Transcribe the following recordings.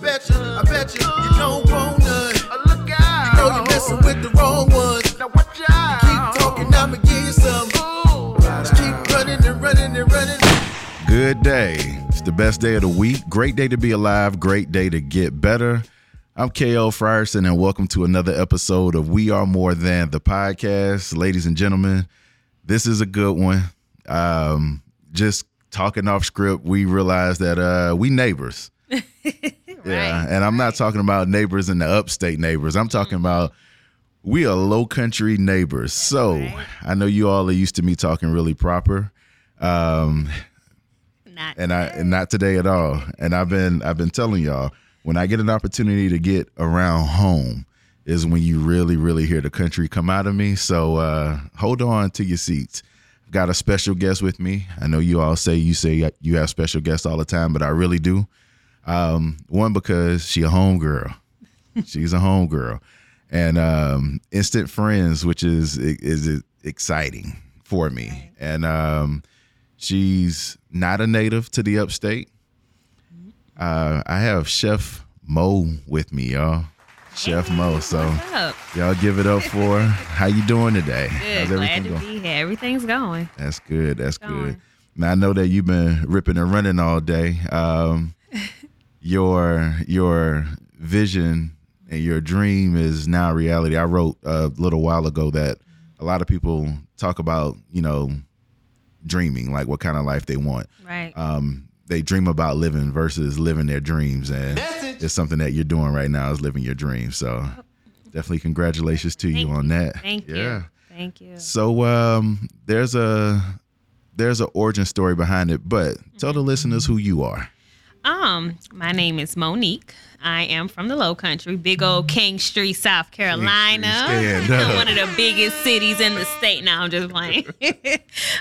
bet you, I bet you, you don't want none. Look out. You know you're messing with the wrong ones. Now watch out. Keep talking, I'ma give you some. Just keep running and running and running. Good day. It's the best day of the week. Great day to be alive. Great day to get better. I'm KL Frierson, and welcome to another episode of We Are More Than the Podcast. Ladies and gentlemen, this is a good one. Um, just talking off script, we realized that uh, we neighbors. Yeah, and I'm not talking about neighbors in the upstate neighbors. I'm talking about we are low country neighbors. So I know you all are used to me talking really proper. Um, Not and I and not today at all. And I've been I've been telling y'all when I get an opportunity to get around home is when you really really hear the country come out of me. So uh, hold on to your seats. I've got a special guest with me. I know you all say you say you have special guests all the time, but I really do. Um, one because she a homegirl. She's a homegirl, and um, instant friends, which is is exciting for me. And um, she's not a native to the upstate. Uh, I have Chef Mo with me, y'all. Chef Mo, so What's up? y'all give it up for her. how you doing today. Good. Glad to be here. Everything's going. That's good. That's good. going. Now I know that you've been ripping and running all day. Um, your your vision and your dream is now reality. I wrote a little while ago that a lot of people talk about you know dreaming, like what kind of life they want. Right. Um, they dream about living versus living their dreams, and it's something that you're doing right now is living your dream. So definitely congratulations to you Oh. Thank on that. Thank you. Yeah. Thank you. So um, there's a there's an origin story behind it, but tell the listeners who you are. Um, my name is Monique. I am from the Low Country, big old King Street, South Carolina. stand up. One of the biggest cities in the state. Now I'm just playing.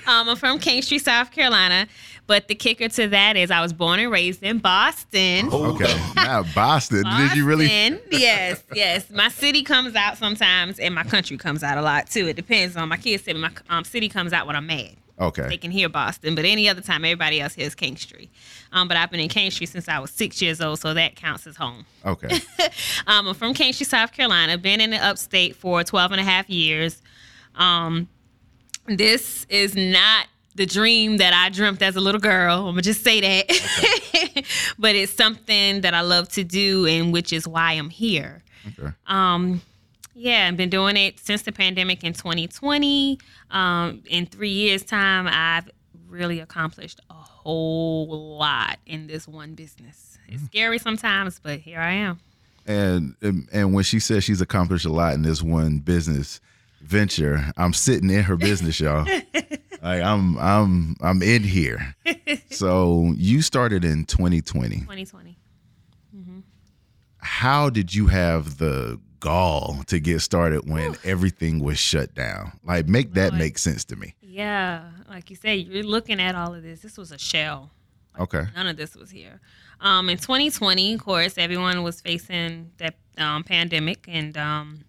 um, I'm from King Street, South Carolina. But the kicker to that is I was born and raised in Boston. Okay, now Boston. Did you really? Boston. yes, yes. My city comes out sometimes, and my country comes out a lot too. It depends on my kids. Say my um, city comes out when I'm mad. They Okay, can hear Boston, but any other time, everybody else hears King Street. Um, but I've been in King Street since I was six years old, so that counts as home. okay. Um, I'm from King Street, South Carolina. Been in the upstate for 12 and a half years. Um, this is not the dream that I dreamt as a little girl. I'm going to just say that. but it's something that I love to do, and which is why I'm here. Okay. Um, yeah, I've been doing it since the pandemic in 2020. Um, in three years' time, I've really accomplished a whole lot in this one business. It's scary sometimes, but here I am. And and- and when she says she's accomplished a lot in this one business venture, I'm sitting in her business, y'all. like I'm I'm I'm in here. So you started in 2020. 2020. how did you have the gall to get started when everything was shut down? Like, make that make sense to me. Yeah, like you said, you're looking at all of this. This was a shell. Okay. None of this was here. Um, in 2020, of course, everyone was facing that um, pandemic, and um,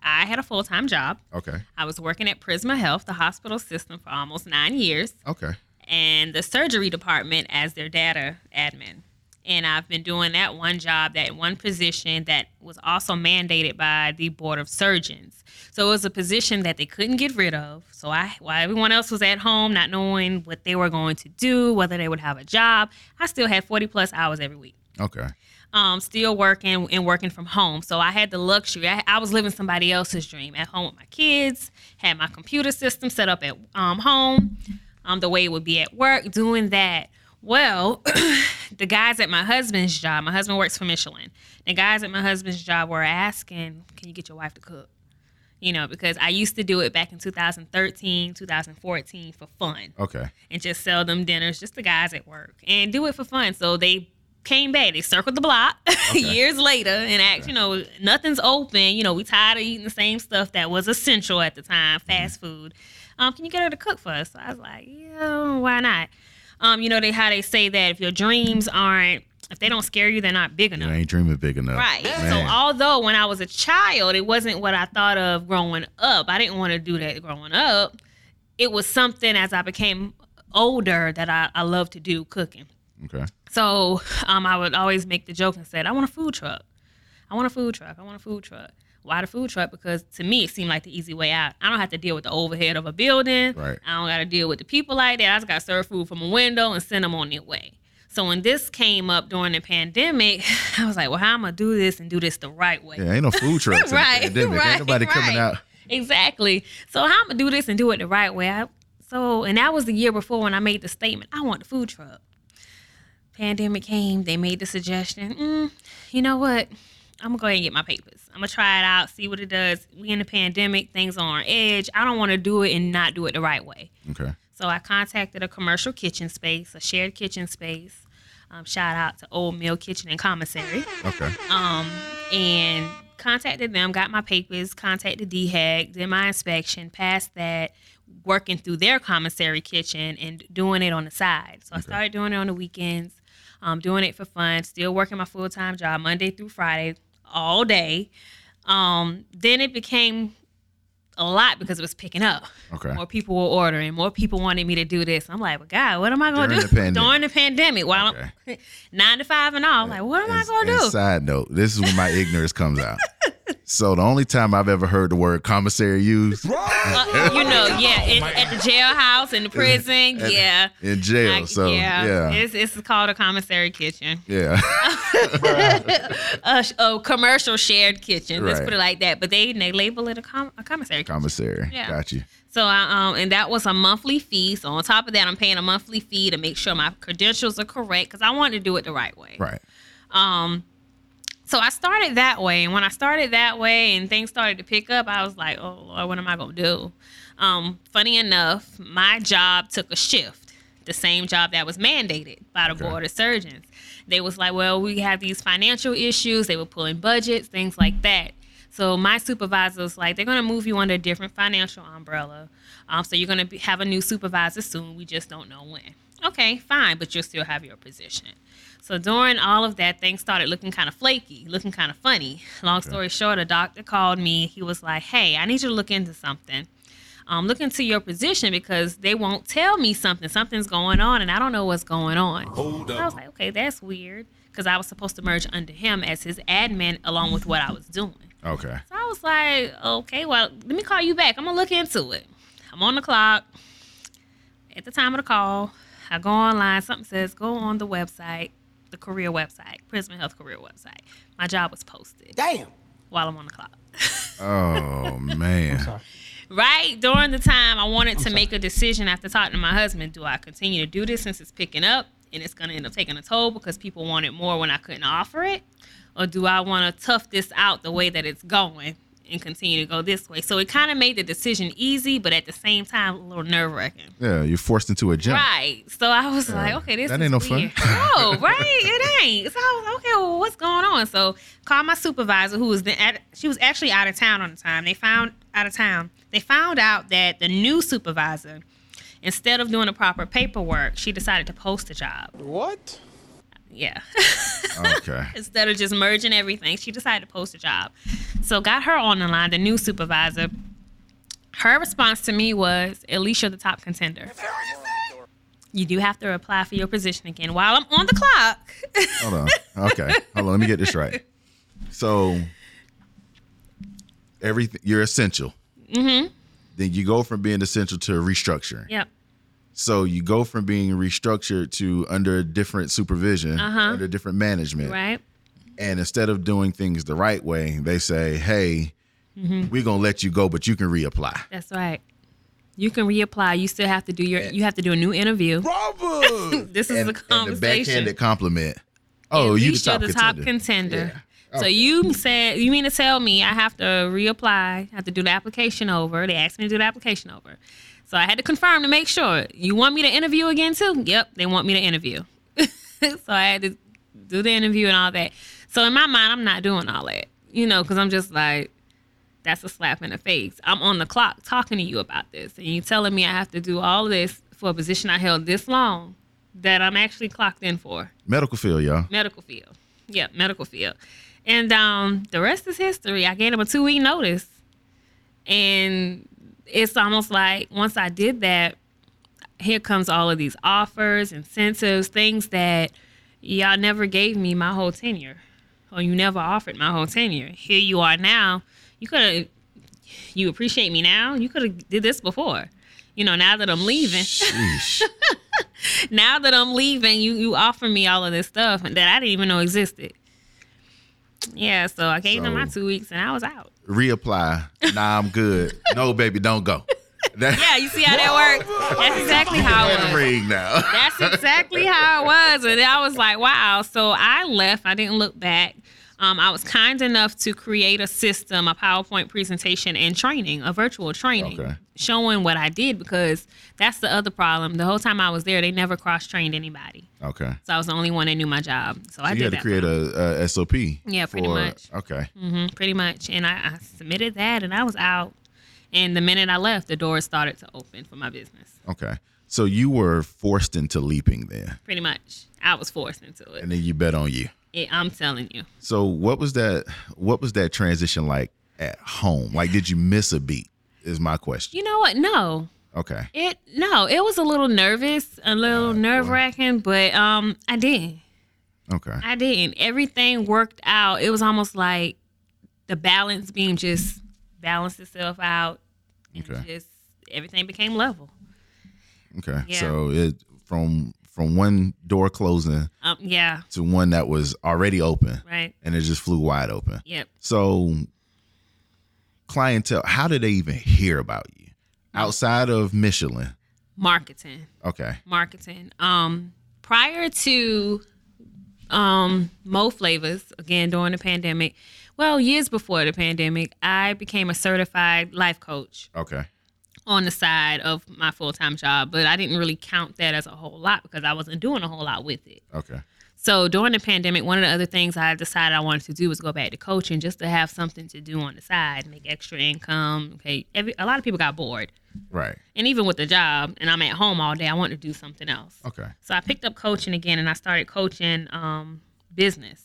I had a full time job. Okay. I was working at Prisma Health, the hospital system, for almost nine years, Okay. and the surgery department as their data admin. And I've been doing that one job, that one position that was also mandated by the Board of Surgeons. So it was a position that they couldn't get rid of. So I, while everyone else was at home, not knowing what they were going to do, whether they would have a job, I still had 40 plus hours every week Okay. um, still working and working from home. So I had the luxury. I, I was living somebody else's dream at home with my kids, had my computer system set up at um, home, um, the way it would be at work, doing that. Well, the guys at my husband's job, my husband works for Michelin, the guys at my husband's job were asking, Can you get your wife to cook? You know, because I used to do it back in 2013, 2014 for fun Okay. and just sell them dinners, just the guys at work, and do it for fun. So they came back, they circled the block years later and asked, you know, nothing's open. You know, we tired of eating the same stuff that was essential at the time, fast food. Um, can you get her to cook for us? So I was like, yeah, why not? Um, you know, they how they say that if your dreams aren't, if they don't scare you, they're not big You enough. ain't dreaming big enough. Right. Man. So although when I was a child, it wasn't what I thought of growing up. I didn't want to do that growing up. It was something as I became older that I, I love to do cooking. Okay. So um, I would always make the joke and said, I want a food truck. I want a food truck. I want a food truck. Why the food truck? Because to me, it seemed like the easy way out. I don't have to deal with the overhead of a building. Right. I don't got to deal with the people like that. I just got to serve food from a window and send them on their way. So when this came up during the pandemic, I was like, well, how am I going to do this and do this the right way? Yeah, ain't no food trucks. right, in the pandemic. right, Ain't nobody coming right. out. Exactly. So how I'm gonna do this and do it the right way. I, so and that was the year before when I made the statement. I want the food truck. Pandemic came. They made the suggestion. Mm, you know what? I'm gonna go ahead and get my papers. I'm gonna try it out, see what it does. We in the pandemic, things are on edge. I don't want to do it and not do it the right way. Okay. So I contacted a commercial kitchen space, a shared kitchen space. Um, shout out to Old Mill Kitchen and Commissary Okay. um, and contacted them, got my papers, contacted DHEC, did my inspection, passed that, working through their commissary kitchen and doing it on the side. So I started doing it on the weekends, um, doing it for fun, still working my full time job Monday through Friday, all day. Um, then it became a lot because it was picking up. Okay. More people were ordering. More people wanted me to do this. I'm like, well, God, what am I going to During do the pandemic. during the pandemic? Well, nine to five and all. Like, what am I And- going to and do? Side note: This is when my ignorance comes out. So the only time I've ever heard the word commissary used Uh, you know, yeah, in, at the jailhouse, in the prison, at- yeah. in jail. I- so yeah, yeah. It's, it's called a commissary kitchen, a, sh- a commercial shared kitchen. Let's Right. put it like that. But they they label it a, com- a commissary. kitchen. commissary. Yeah. Got you. So I um and that was a monthly fee. So on top of that, I'm paying a monthly fee to make sure my credentials are correct because I wanted to do it the right way. Um, Right. So I started that way, and when I started that way, and things started to pick up, I was like, "Oh Lord, what am I gonna do?" Um, funny enough, my job took a shift. The same job that was mandated by the board of surgeons. They was like, "Well, we have these financial issues. They were pulling budgets, things like that." So my supervisor was like, "They're gonna move you under a different financial umbrella. Um, so you're gonna be, have a new supervisor soon. We just don't know when." Okay, fine, but you'll still have your position. So during all of that, things started looking kind of flaky, looking kind of funny. Long story short, a doctor called me. He was like, "Hey, I need you to look into something. Um, look into your position because they won't tell me something. Something's going on, and I don't know what's going on." Hold I was like, "Okay, that's weird," because I was supposed to merge under him as his admin along with what I was doing. Okay. So I was like, okay, well, let me call you back. I'm gonna look into it. I'm on the clock. At the time of the call, I go online. Something says go on the website, the career website, Prisma Health career website. My job was posted. Damn. While I'm on the clock. Oh man. Right during the time I wanted to make a decision after talking to my husband, do I continue to do this since it's picking up and it's gonna end up taking a toll because people wanted more when I couldn't offer it? Or do I wanna tough this out the way that it's going and continue to go this way? So it kinda made the decision easy, but at the same time a little nerve wracking. Yeah, you're forced into a gym. Right. So I was like, okay, this That is ain't no fun. weird. No, right? It ain't. So I was okay. Well, what's going on? So called my supervisor, who was the, at, she was actually out of town on the time. They found out of town. They found out that the new supervisor, instead of doing the proper paperwork, she decided to post the job. What? Yeah. Okay. instead of just merging everything, she decided to post a job. So got her on the line, the new supervisor. Her response to me was, at least you're the top contender. You do have to apply for your position again while I'm on the clock. Hold on. Okay. Hold on. Let me get this right. So everything you're essential. Mm-hmm. Then you go from being essential to restructuring. yep. So you go from being restructured to under different supervision, under different management. Uh-huh. Right? And instead of doing things the right way, they say, hey, Mm-hmm. we're going to let you go, but you can reapply. That's right. You can reapply. You still have to do your you have to do a new interview. Bravo! This And, is a and the conversation. backhanded compliment. Oh, at you the least top you're the contender. top contender. So you said you mean to tell me I have to reapply, have to do the application over. They asked me to do the application over. So I had to confirm to make sure. You want me to interview again too? Yep, they want me to interview. so I had to do the interview and all that. So in my mind, I'm not doing all that, you know, because I'm just like, that's a slap in the face. I'm on the clock talking to you about this, and you telling me I have to do all this for a position I held this long that I'm actually clocked in for Medical field, y'all. medical field. Yep, medical field. And um, the rest is history. I gave him a two week notice. And it's almost like once I did that, here comes all of these offers, incentives, things that y'all never gave me my whole tenure, or you never offered my whole tenure. Here you are now. You could have, you appreciate me now. You could have did this before. You know, now that I'm leaving, Sheesh. now that I'm leaving, you you offer me all of this stuff that I didn't even know existed. Yeah, so I gave them my So- two weeks and I was out. Reapply. Nah, I'm good. no, baby, don't go. That, Yeah, you see how that works? That's exactly how it Red works. ring now. That's exactly how it was. And I was like, wow. So I left. I didn't look back. Um, I was kind enough to create a system, a PowerPoint presentation and training, a virtual training, Okay. showing what I did because that's the other problem. The whole time I was there, they never cross trained anybody. Okay. So I was the only one that knew my job. So I So did you had to that create a, a SOP. Yeah, pretty much. Okay. hmm pretty much. And I, I submitted that and I was out. And the minute I left, the doors started to open for my business. Okay. So you were forced into leaping then, Pretty much. I was forced into it. and then you bet on you. it I'm telling you. So what was that? What was that transition like at home? Like, did you miss a beat? Is my question. You know what? No. Okay. It no, it was a little nervous, a Oh, little nerve wracking, but um I didn't. Okay. I didn't. Everything worked out. It was almost like the balance beam just balanced itself out and Okay. just everything became level. Okay. Yeah. So it from from one door closing Um yeah, to one that was already open, right. and it just flew wide open. Yep. So clientele, how did they even hear about you outside of Michelin? Marketing. Okay. marketing. Um, prior to um, Mo Flavors, again during the pandemic, well, years before the pandemic, I became a certified life coach Okay. on the side of my full time job, but I didn't really count that as a whole lot because I wasn't doing a whole lot with it. Okay. So during the pandemic, one of the other things I decided I wanted to do was go back to coaching just to have something to do on the side, make extra income. Okay, Every, a lot of people got bored, Right. and even with the job, and I'm at home all day, I wanted to do something else. Okay. So I picked up coaching again and I started coaching um, business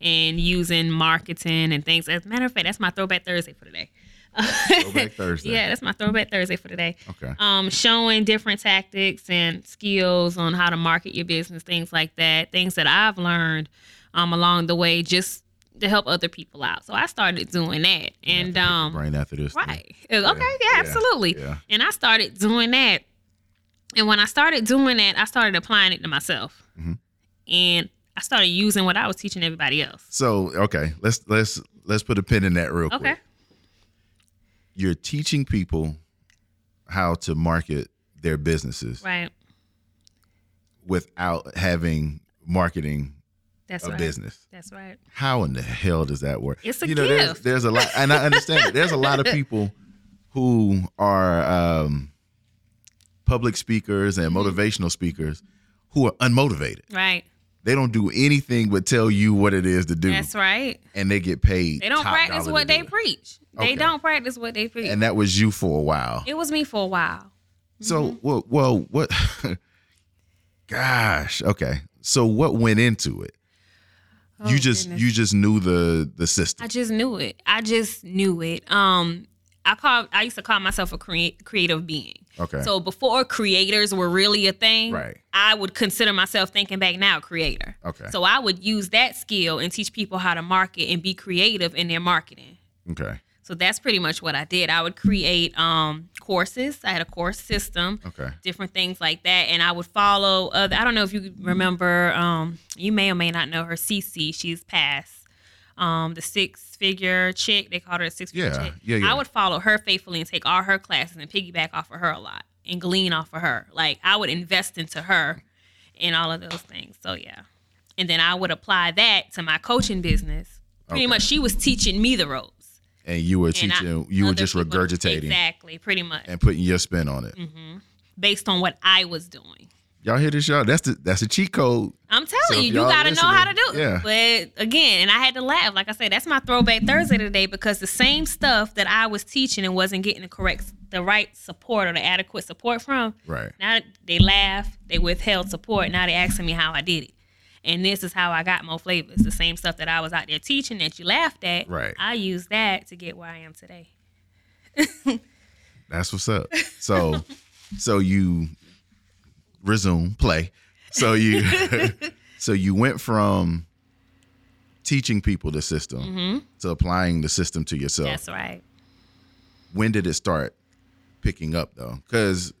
and using marketing and things. As a matter of fact, that's my throwback Thursday for today. Throwback Thursday. yeah, that's my throwback Thursday for today. Okay. Um, showing different tactics and skills on how to market your business, things like that, things that I've learned um, along the way just to help other people out. So I started doing that. And um, Brain after this. thing. Right. Okay. Yeah, yeah, absolutely. yeah. And I started doing that. And when I started doing that, I started applying it to myself. Mhm. And I started using what I was teaching everybody else. So okay, let's let's let's put a pin in that real quick. Okay. You're teaching people how to market their businesses Right. without having marketing That's a right. business. That's right. How in the hell does that work? It's a you know, there's, gift. there's a lot, and I understand it. There's a lot of people who are um, public speakers and Mm-hmm. motivational speakers who are unmotivated. Right. They don't do anything but tell you what it is to do, That's right. and they get paid. They don't top practice dollar what to they do it. preach. Okay. They don't practice what they preach. and that was you for a while. it was me for a while. So, well, well, what? gosh, okay. So, what went into it? Oh, you just goodness. you just knew the the I system. just knew it. I just knew it. Um, I call I used to call myself a crea- creative being. Okay. So before creators were really a thing, Right. I would consider myself thinking back now a creator. Okay. So I would use that skill and teach people how to market and be creative in their marketing. okay. So that's pretty much what I did. I would create um, courses. I had a course system, Okay. different things like that, and I would follow other. I don't know if you remember. Um, you may or may not know her. Cece, she's passed. Um, the six figure chick. They called her a six figure Yeah, chick. yeah, yeah. I would follow her faithfully and take all her classes and piggyback off of her a lot and glean off of her. Like I would invest into her and all of those things. So yeah. And then I would apply that to my coaching business. Pretty Okay. much she was teaching me the ropes And you were and I- teaching. you were other just people- Mm-hmm. regurgitating Exactly, pretty much. and putting your spin on it. Based on what I was doing. Y'all hear this, y'all? That's the that's a cheat code. I'm telling So if you, you y'all gotta know how to do it. listening- But again, and I had to laugh. Like I said, that's my throwback Thursday today because the same stuff that I was teaching and wasn't getting the correct the right support or the adequate support from, Right. now they laugh, they withheld support, now they asking me how I did it. And this is how I got more flavors. The same stuff that I was out there teaching that you laughed at. Right. I used that to get where I am today. That's what's up. So, so you resume play. So you so you went from teaching people the system Mm-hmm. to applying the system to yourself. That's right. When did it start picking up though? Because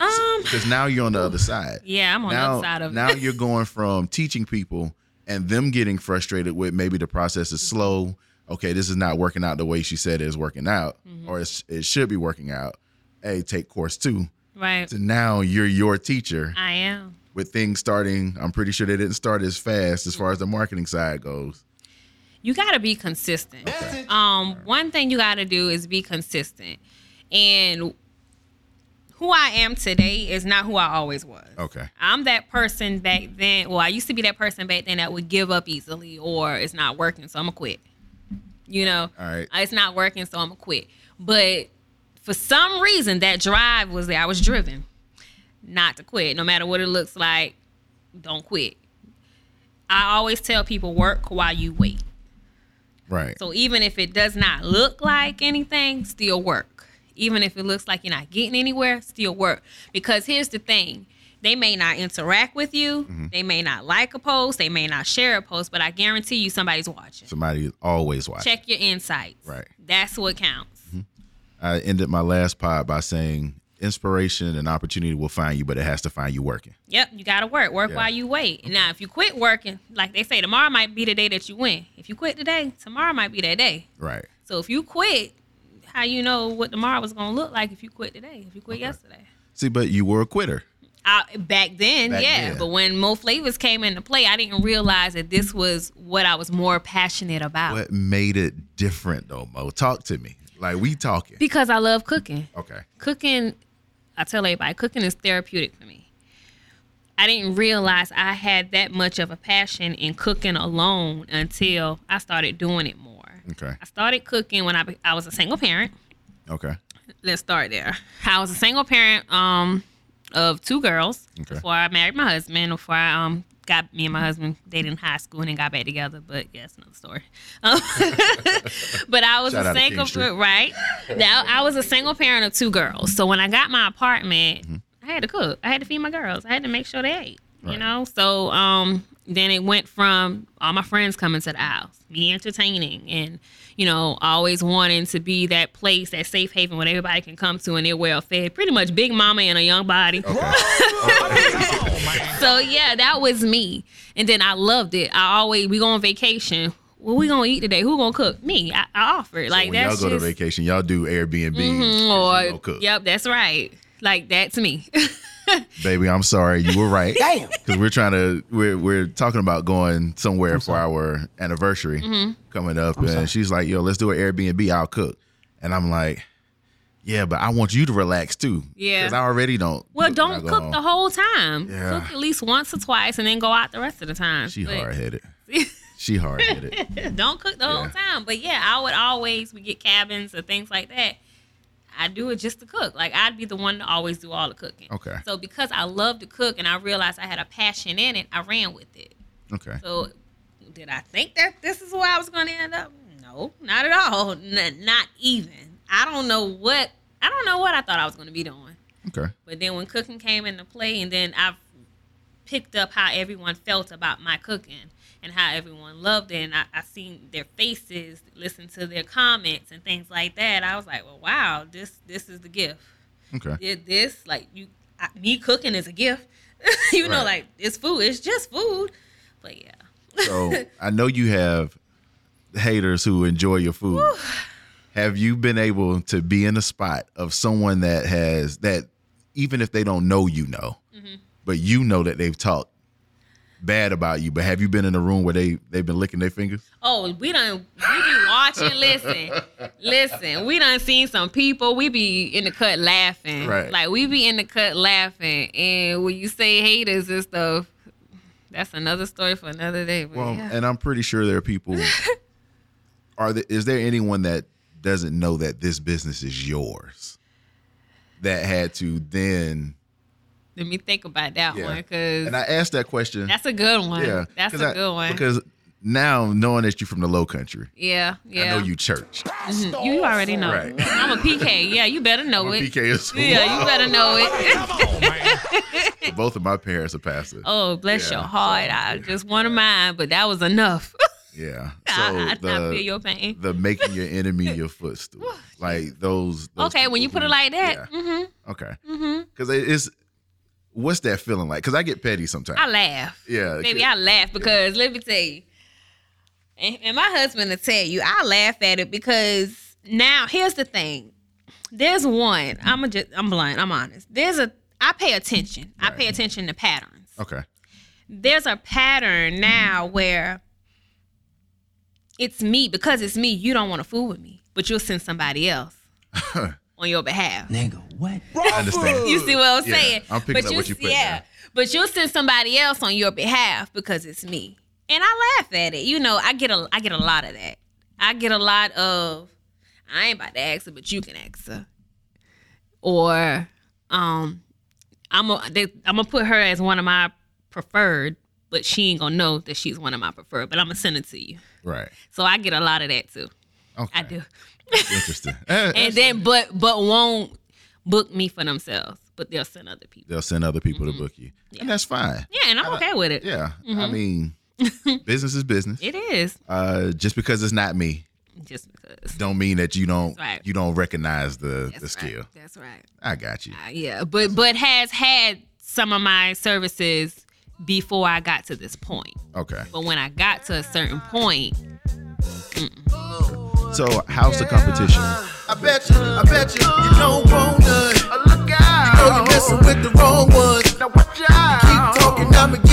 Um, because now you're on the other side. yeah, I'm on now, the other side of now you're going from teaching people and them getting frustrated with maybe the process is slow. Okay, this is not working out the way she said it is working out, Mm-hmm. or it's, it should be working out. Hey, take course two. right. So now you're your teacher I am. with things starting. I'm pretty sure they didn't start as fast as far as the marketing side goes. you got to be consistent. Um, one thing you got to do is be consistent. And who I am today is not who I always was. Okay. I'm that person back then. Well, I used to be that person back then that would give up easily or it's not working, so I'm gonna quit. You know, Uh, All right. it's not working, so I'm gonna quit. But for some reason, that drive was there. I was driven not to quit, no matter what it looks like. Don't quit. I always tell people work while you wait. Right. So even if it does not look like anything, still work. Even if it looks like you're not getting anywhere, still work. Because here's the thing they may not interact with you, Mm-hmm. they may not like a post, they may not share a post, but I guarantee you somebody's watching. Somebody always watching. Check your insights. Right. Mm-hmm. That's what counts. I ended my last pod by saying inspiration and opportunity will find you, but it has to find you working. Yep, you gotta work. Work Yeah. while you wait. Now, if you quit working, like they say, tomorrow might be the day that you win. If you quit today, tomorrow might be that day. Right. So if you quit, how you know what tomorrow was gonna look like if you quit today? If you quit yesterday? See, but you were a quitter. I, back then, Back yeah. then. But when Mo Flavors came into play, I didn't realize that this was what I was more passionate about What made it different though, Mo? Talk to me. Like we talking. because I love cooking. Okay. Cooking, I tell everybody, cooking is therapeutic to me. I didn't realize I had that much of a passion in cooking alone until I started doing it more. Okay. I started cooking when I, be- I was a single parent. Okay. let's start there. I was a single parent um of two girls Okay. before I married my husband. Before I um got me and my husband dated in high school and then got back together. But yeah, it's another story. Um, but I was Shout out a to single King Street. right. Now I was a single parent of two girls. So when I got my apartment, Mm-hmm. I had to cook. I had to feed my girls. I had to make sure they ate. You Right. know. So um then it went from all my friends coming to the house, me entertaining, and you know always wanting to be that place, that safe haven where everybody can come to and they're well fed. Pretty much, big mama and a young body. So yeah, that was me. And then I loved it. I always we go on vacation. What we gonna eat today? Who gonna cook? Me. I, I offered. Like when y'all that's go to just Mm-hmm. Oh, vacation, y'all do Airbnb or cook. yep, that's right. Like that's me. Baby, I'm sorry. You were right. Damn. Because we're trying to we're we're talking about going somewhere for our anniversary Mm-hmm. coming up. and she's like, yo, let's do an Airbnb, I'll cook. And I'm like, Yeah, but I want you to relax too. Yeah. Because I already don't well, cook when I don't go cook home. the whole time. Yeah. Cook at least once or twice, and then go out the rest of the time. She But- hard headed. she hard headed. don't cook the whole Yeah. time. But yeah, I would always we get cabins or things like that. I do it just to cook. Like I'd be the one to always do all the cooking. Okay. So because I love to cook and I realized I had a passion in it, I ran with it. Okay. So did I think that this is where I was going to end up? No, not at all. N- not even. I don't know what I don't know what I thought I was going to be doing. Okay. But then when cooking came into play, and then I've picked up how everyone felt about my cooking and how everyone loved it, and I, I seen their faces, listened to their comments and things like that. I was like, well, wow, this this is the gift. Okay. Did this like you I, me cooking is a gift, you know, Right. like it's food, it's just food. But yeah, So I know you have haters who enjoy your food. Have you been able to be in a spot of someone that has that, even if they don't know you know, but you know that they've talked bad about you? But have you been in a room where they they've been licking their fingers? Oh, we done we be watching. listen, listen. We done seen some people. We be in the cut laughing. Right. Like we be in the cut laughing. And when you say haters and stuff, that's another story for another day. But Well, Oh, yeah. and I'm pretty sure there are people. are there, is there anyone that doesn't know that this business is yours? That had to then, let me think about that Yeah. one because and I asked that question. that's a good one. Yeah, that's 'cause a I- good one. Because now knowing that you're from the low country, Yeah, yeah. I know you church. Mhm. You already know. Right. I'm a PK. Yeah, you better know it. PK is Yeah, you better know it. both of my parents are pastors. Oh, bless Yeah. your heart. I just one of mine, but that was enough. Yeah. I, I, So I feel the, your pain. the making your enemy your footstool, like those. those Okay, when you people put it who- like that, yeah, mm-hmm, okay, mm-hmm. because it's what's that feeling like? Because I get petty sometimes. I laugh. yeah, Baby, I laugh because let me tell you, and, and my husband will tell you, I laugh at it because now here's the thing. There's one. I'm a just. I'm blind. I'm honest. There's a. I pay attention. I pay attention to patterns. okay, There's a pattern now where it's me because it's me. You don't want to fool with me, but you'll send somebody else on your behalf. Nigga, what? I understand. You see what I'm Yeah, saying? I'm picking up what you put Yeah, down. but you'll send somebody else on your behalf because it's me, and I laugh at it. You know, I get a I get a lot of that. I get a lot of I ain't about to ask her, but you can ask her, or um, I'm a, they, I'm gonna put her as one of my preferred, but she ain't gonna know that she's one of my preferred. But I'm gonna send it to you. right? So I get a lot of that too. Okay, I do, interesting. Eh, and then but but won't book me for themselves, but they'll send other people. They'll send other people to book you, and that's fine. Mm-hmm. Yeah, Mm-hmm. and I'm okay with it. Yeah, I mean, business is business. It is Uh, just because it's not me, just because. don't mean that you don't That's right. you don't recognize the the That's skill. Right. That's right. I got you. Uh, yeah, but but has had some of my services before I got to this point. Okay. But when I got to a certain point, So how's the competition? I bet you, I bet you, you don't want none. Look out. You know you messing with the wrong ones. Now watch out. Keep talking, I'ma